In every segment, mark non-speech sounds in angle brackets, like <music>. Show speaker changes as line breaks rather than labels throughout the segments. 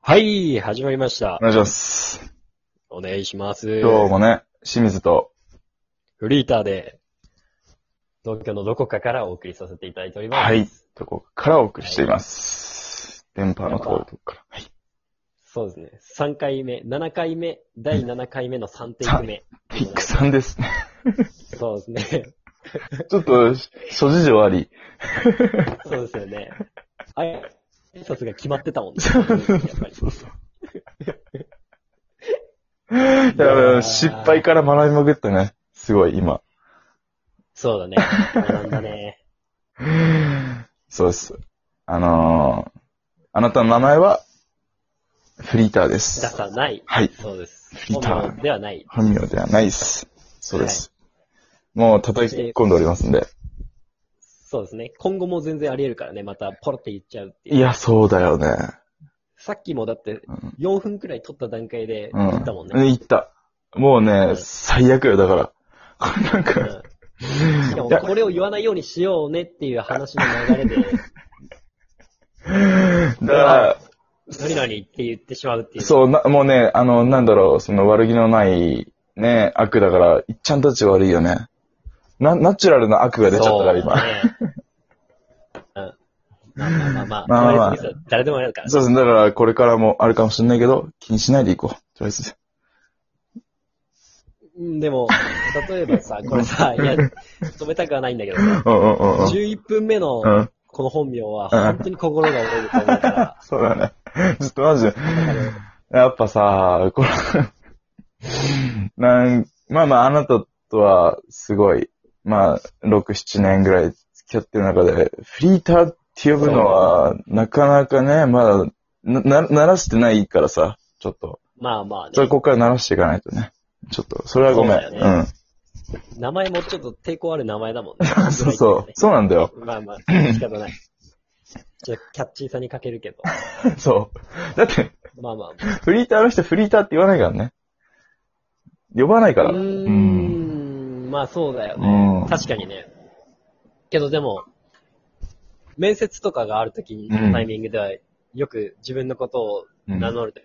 はい、始まりました
お。願いします。
お願いします。
今日もね、清水と、
フリーターで、東京のどこかからお送りさせていただいております。
はい。とこからお送りしています。電波のところから。はい。
そうですね。3回目、7回目、第7回目の3テイク目。
テイク3ですね。
そうですね。
ちょっと、諸事情あり。
そうですよね。あれ、挨拶が決まってたもんね。
そうそう
やっぱり
そうそう。やべやべ失敗から学びまくったね。すごい、今。
そうだね。学んだね。
そうです。あのー、あなたの名前は、フリーターで
出
す。
さない。
はい
そうです。
フリーター
本名ではない。
本名ではないです。そうです。もう叩き込んでおりますんで。
そうですね。今後も全然あり得るからね。またポロって言っちゃうっていう。
いや、そうだよね。
さっきもだって
うん
4分くらい撮った段階で
うん。
言ったもんね。
行った。もうね、
うん
最悪よ、
<laughs>
だから。これなんか、
うんしかも
いや
これを言わないようにしようねっていう話の流れで、
だから、
<laughs> 何々って言ってしまうっていう。
そう、な、もうね、あの、なんだろう、その悪気のない、ね、悪だから、いっちゃんたち悪いよね。な、ナチュラルな悪が出ちゃったから、
そう
今。
ねうんまあまあまあまあ、
まあまあ
とりあえず誰でもやるから、
そうですね、だから、これからもあるかもしれないけど、気にしないでいこう。とりあえず。
うんでも、例えばさ、これさ、いや、止めたくはないんだけどさ、
うんうんうんうん。
11分目の
うん。
この本名は
うん
本当に心が折れると思うから、
そうだね。 <laughs> ずっとマジで。やっぱさ、これ、なん、まあまあ、あなたとは、すごい、まあ、6、7年ぐらい付き合ってる中で、フリーターって呼ぶのは、なかなかね、まだ、な、な、鳴らしてないからさ、ちょっと。
まあまあ
それ、
ね、
ここから鳴らしていかないとね。ちょっと、それはごめん。
そう
う
だよ名前もちょっと抵抗ある名前だもんね。
ん。 <laughs> そうそう。そうなんだよ。
まあまあ、仕方ない。ちょっとキャッチーさに欠けるけど。
そう。だって、
まあまあ、
フリーターの人、フリーターって言わないからね。呼ばないから。
うー
うん。
ん、まあそうだよ
う
ね。
ん。
確かにね。けどでも、面接とかがあるとき
うん
のタイミングでは、よく自分のことを名乗ると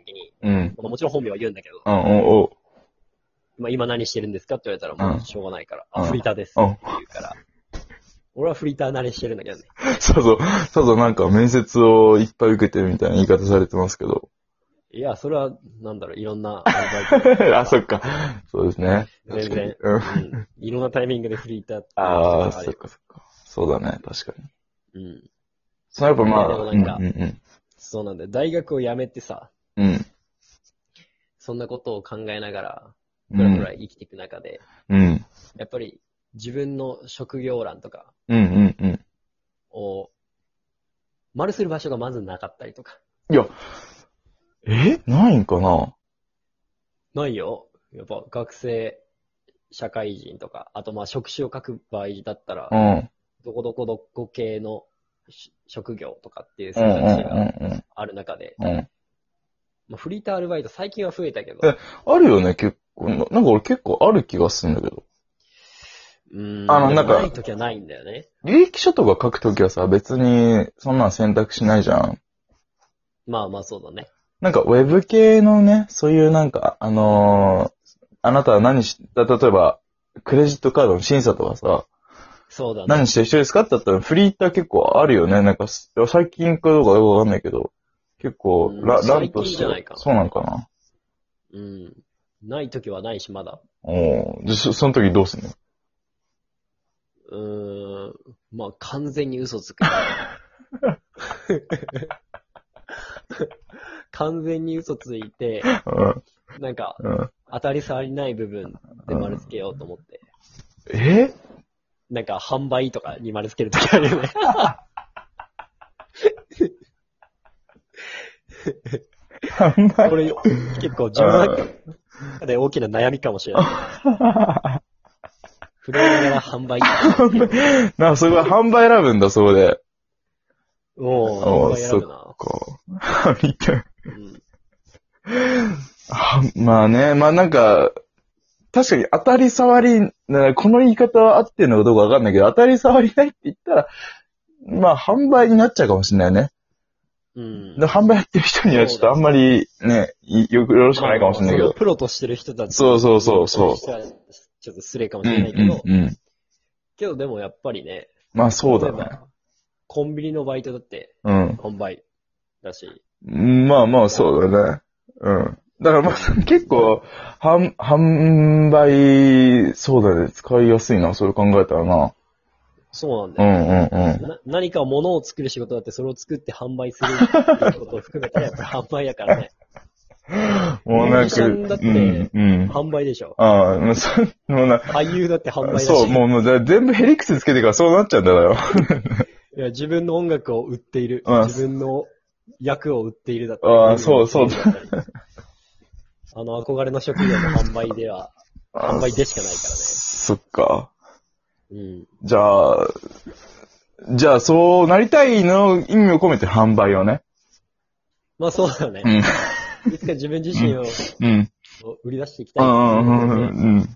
きに、
うん。
まあもちろん本名は言うんだけど、
うん、お、お、
まあ今何してるんですかって言われたらも
う
うんしょうがないから、
う
あ、
ん
フリーターですって
うん。
言うから、俺はフリーター慣れしてるんだけどね。
そうそう、そうそう、なんか面接をいっぱい受けてるみたいな言い方されてますけ
<laughs>
ど。
いや、それは、なんだろう、いろんなア
<laughs>
ルバイト
あ、そっか。そうですね。
全然
確かにうん。
うんいろんなタイミングでフリーターって言うこと
ああ、
が
そ
る
っかそっか。そうだね、確かに。
うん。
それやっぱまあ、
で
う
も
ん
なんか
うん
そうなんだよ。大学を辞めてさ、
うん。
そんなことを考えながら、
う
ふらふら
ん。
生きていく中で、
うん。
やっぱり自分の職業欄とか
うんうんうん。
を、丸する場所がまずなかったりとか。
えないんかな
ないよ。やっぱ学生、社会人とか、あとまあ職種を書く場合だったら
う、ん。うん
どこどこどこ系のし職業とかっていう
うん
選択肢が
うんうん
ある中で、
うん。
まあ、フリーターアルバイト最近は増えたけど、
えあるよね、結構。ななんか俺結構ある気がするんだけど。
うーん、
あの
でも
なんか
ない時はないんだよね。
履歴書とか書くときはさ、別にそんなん選択しないじゃん。
まあまあそうだね。
なんか、ウェブ系のね、そういうなんか、あのーあなたは何し、例えば、クレジットカードの審査とかさ、
そうだね。
何してる人ですかって言ったら、フリーター結構あるよね。なんか、す最近かどうかよくわかんないけど、結構
うん、
ラ、ラ
最
ン
近
とし
じ
て
ゃないか、
そうなんかな。
うん。ない時はないし、まだ。
おーじゃ、そその時どうすんの
うー
<laughs>
ん。まあ、完全に嘘つく。 <laughs> 完全に嘘ついて、なんか、
うん、うん。
当たり障りない部分で丸つけようと思って。
え <laughs>
なんか、販売とかに丸つける時あるよね。
あんま
こ
り。 <laughs>
れ、結構自分の中で大きな悩みかもしれない。
<laughs>
震えながら販売。
な、そこは販売選ぶんだ、そこで。
もう、販売やるな。
こう。 <laughs> フリーター
うん。
あ <laughs> まあね、まあなんか、確かに当たり障り、なこの言い方は合ってるのかどうかわかんないけど、当たり障りないって言ったら、まあ販売になっちゃうかもしれないね。
うん。
で、販売やってる人にはちょっとあんまりね、いよく、よろしくないかもしれないけ
まあそれを
ど。
プロとしてる人たち。
そうそうそうそう
プロとしてはちょっと失礼かも
う
し
ん
れないけど、
うんうん。
けどでもやっぱりね、
まあそうだ
例え
ね。
ばコンビニのバイトだって
うん
販売だし、
まあまあ、そうだね。うん。だからまあ、 <laughs> 結構、販、販売、そうだね。使いやすいな。それ考えたらな。
そうなん
う
だよ。
んうんうん。
な何か物を作る仕事だってそれを作って販売するっていうことを含めたらやっぱ販売やから
<laughs>
ね。
もう
ミュー
なん
ジシャ
か、う
ンだって
ん、うん。
販売でしょ。
ああ、もうそう、もうな、
俳優だって販売だし。
そう、もう、もうだ全部ヘリクスつけてからそうなっちゃうんだよ。
いや自分の音楽を売っている。
うん
自分の役を売っているだった
ああそうそう
あの、憧れの職業の販売で
<laughs>
は、販売でしかないからね
そっか。
うん。
じゃあ、じゃあ、そうなりたいの意味を込めて販売をね。
まあそうだね
う。ん。
いつか自分自身を
うん。
売り出していき
う
たい
ん。うん。うん。うん。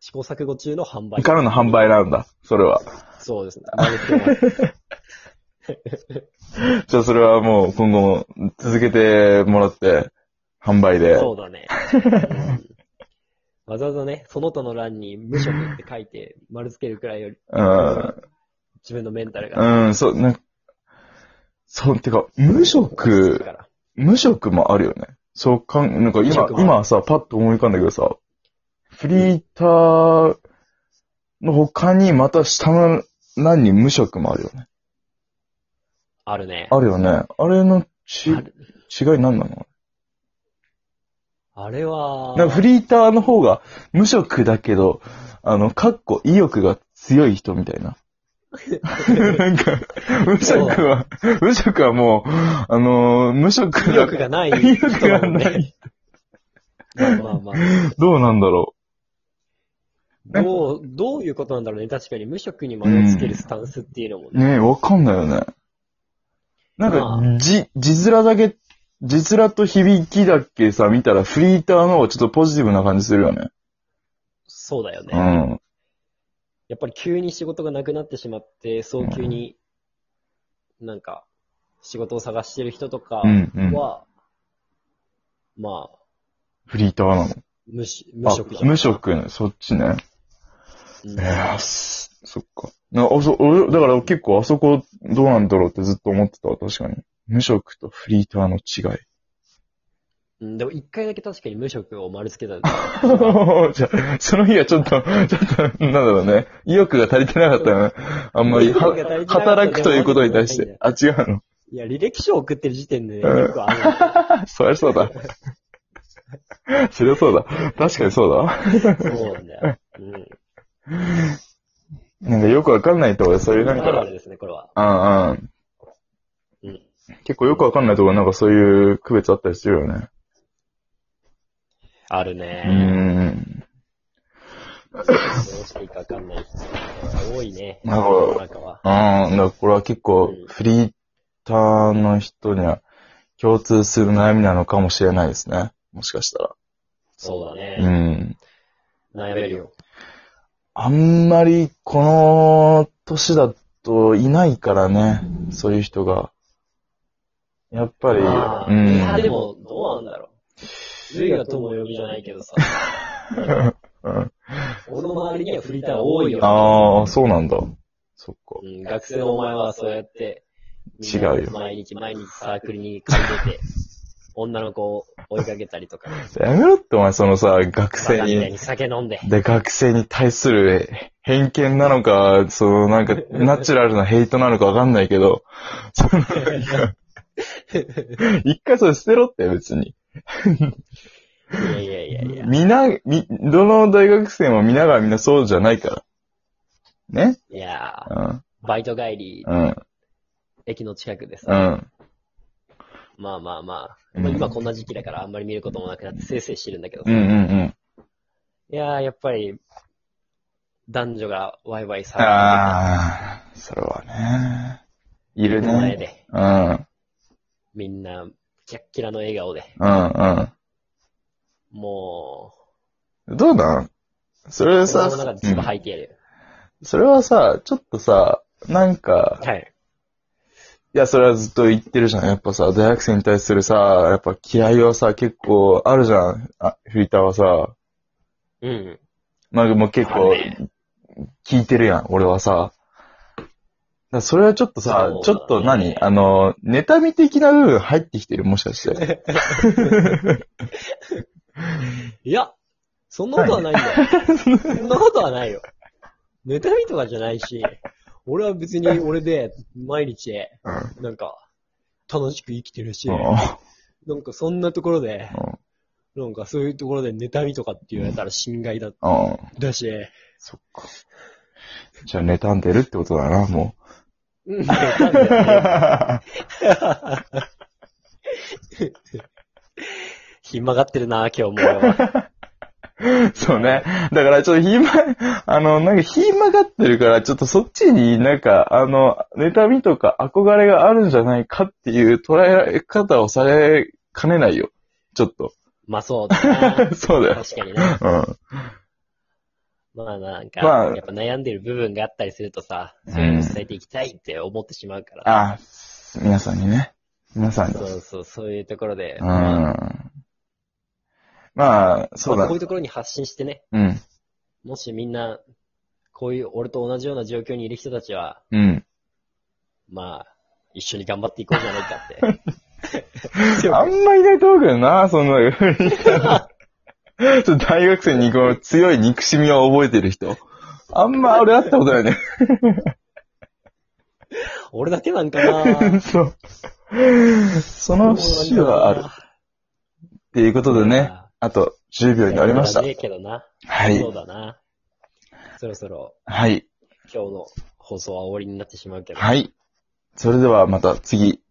試行錯誤中の販売。
からの販売なんだ。それは。
そうですね。丸くてます
じゃあそれはもう今後も続けてもらって、販売で。
そうだね。うんわざわざね、その他の欄に無職って書いて丸付けるくらいより、
うん。
自分のメンタルが。
うん、そう、なんか、そう、てか、無職、無職もあるよね。そうかん、なんか
無
今、
職もある
今さ、パッと思い浮かんだけどさ、フリーターの他にまた下の欄に無職もあるよね。
あるね。
あるよね。あれのち、違
ある
い何なの
あれは、
なんかフリーターの方が無職だけど、あの、かっこ意欲が強い人みた
<laughs>
いな。なんか、無職は、無職はもう、あのー無職
意
だ
欲がない
意
人
欲
だ
が
もん
な
ね。
い。
まあまあまあ。
どうなんだろ
どう、どういうことなんだろうね。確かに無職に丸をつけるスタンスっていうのも
う。
ね。
ねえ、わかんないよね。なんか
ま、あ
じ、字面だけ、字面と響きだけさ、見たらフリーターの方がちょっとポジティブな感じするよね。
そうだよ
う
ね。
ん。
やっぱり急に仕事がなくなってしまって、早急になんか仕事を探してる人とか
うん、うん。
は、まあ、
フリーターなの。
無し無職じゃ
あ
ん。
無職ね、そっちね。
うん
いやーすそっか。なあそ俺、だから結構あそこどうなんだろうってずっと思ってたわ、確かに。無職とフリーターの違い。
う
<laughs>
んでも一回だけ確かに無職を丸つけ
<laughs>
た。
じゃあ、その日はちょっと、ちょっと、なんだろうね。意欲が足りてなかったよね。あんまり、
意欲が足りてなか
は
った
働くということに対し
で
て。あ、違うの。 <laughs>
いや、履歴書を送ってる時点でね、
うん
よくあるんだ
<laughs> あそりゃそうだ。そりゃそうだ。確かにそうだ。
けど。そうなんだよ。うん。
なんかよくわかんないとこで、そういうなん
あるあ
か、
るですね、これは。
うんうん。
うん。
結構よくわかんないとこで、なんかそういう区別あったりするよね。
ある
う
ね。
ん。
どうしていいかわかんない人が多いね。
なんか
世の中は。
ああ、だからこれは結構
うん
フリーターの人には共通する悩みなのかもしれないですね。もしかしたら。
そうだ
う
ね。
ん。
悩めるよ。
あんまりこの年だといないからね。そういう人が。やっぱり、
まあ
う
いや、で
ん。
も、どうなんだろう。ルイが友呼びじゃないけ
<laughs>
どさ。
うん
俺の周りにはフリーター多いよ。
ああ、そうなんだ。そっか。
うん、学生のお前はそうやって、
違うよ
毎日毎日サークルに借り出て、女の子を追いかけたりとか、
やめろってお前、そのさ、学
バ
生
カみたい
に。
に酒飲んで。
で、学生に対する偏見なのか、そのなんか、ナチュラルなヘイトなのかわかんないけど、そのなん
<laughs>
か一回それ捨てろって、別に。
いやいやいやいや。
みな、み、どの大学生も皆がみんなそうじゃないから。ね
いや
うん、
ーバイト帰り、
うん、
駅の近くで
う
さ、
ん。
まあまあまあ、
うん
まあ、今こんな時期だからあんまり見ることもなくなって、せいせいしてるんだけど
う
さ、
ん、う
い
ん、うん。
やーやっぱり、男女がワイワイ騒い
ああ、それはね。いる
でて、前
ね。
で、
うん、うん、
みんな、キラッキラの笑顔で、も、
うん。どうなんそうれ
その
さ、
中で唾吐いてやるよ。
それはさ、ちょっとさ、なんか、
はい。
いや、それはずっと言ってるじゃん。やっぱさ、大学生に対するさ、やっぱ嫌いはさ、結構あるじゃん。あフリーターはさ。
うん。
まあ、もう結構、聞いてるやん、俺はさ。だからそれはちょっとさ、ち
そ
ょ
うだね
っと何あの、妬み的な部分入ってきてる、もしかして。
<laughs> いや、そんなことはないんだよ。 <laughs> そんなことはないよ。妬みとかじゃないし、俺は別に俺で毎日、
うん。
なんか、楽しく生きてるし、
う
なんかそんなところで、
ん。
なんかそういうところで妬みとかって言われたら侵害だ
うん。
だし、
そっか。じゃあ、妬んでるってことだな、も
<laughs>
う。
うん、なんだよ <laughs> ひん曲がってるな、今日も俺は。
そうね。だから、ちょっとひま、あの、なんかひまがってるから、ちょっとそっちになんか、あの、妬みとか憧れがあるんじゃないかっていう捉え方をされかねないよ。ちょっと。
まあそうだな。
そ
<laughs>
うだよ。
確かにね。
うん。
まあなんか、
まあ
やっぱ悩んでる部分があったりするとさ、
うん
そういうの伝えていきたいって思ってしまうから。
あ、皆さんにね。皆さんに。
そううそう、そういうところで。
ん。まあ、そう
まあ
だ
こういう。ところに発信してね、
うん。
もしみんな、こういう俺と同じような状況にいる人たちは、 <laughs>
うん。
まあ、一緒に頑張っていこうじゃないかって。で
あ
も
んまいないと思うけどな、その、 <laughs> ちょっと大学生にこの強い憎しみを覚えてる人。あんま俺会ったことないね。
俺だけなんか
<laughs>
な
そう。その節はある。っていうことでね、あと10秒になりました
ね。えけどな。
は
そう
い。
だな。そろそろ
はい。
今日の放送は終わりになってしまうけど。
はい。それではまた次、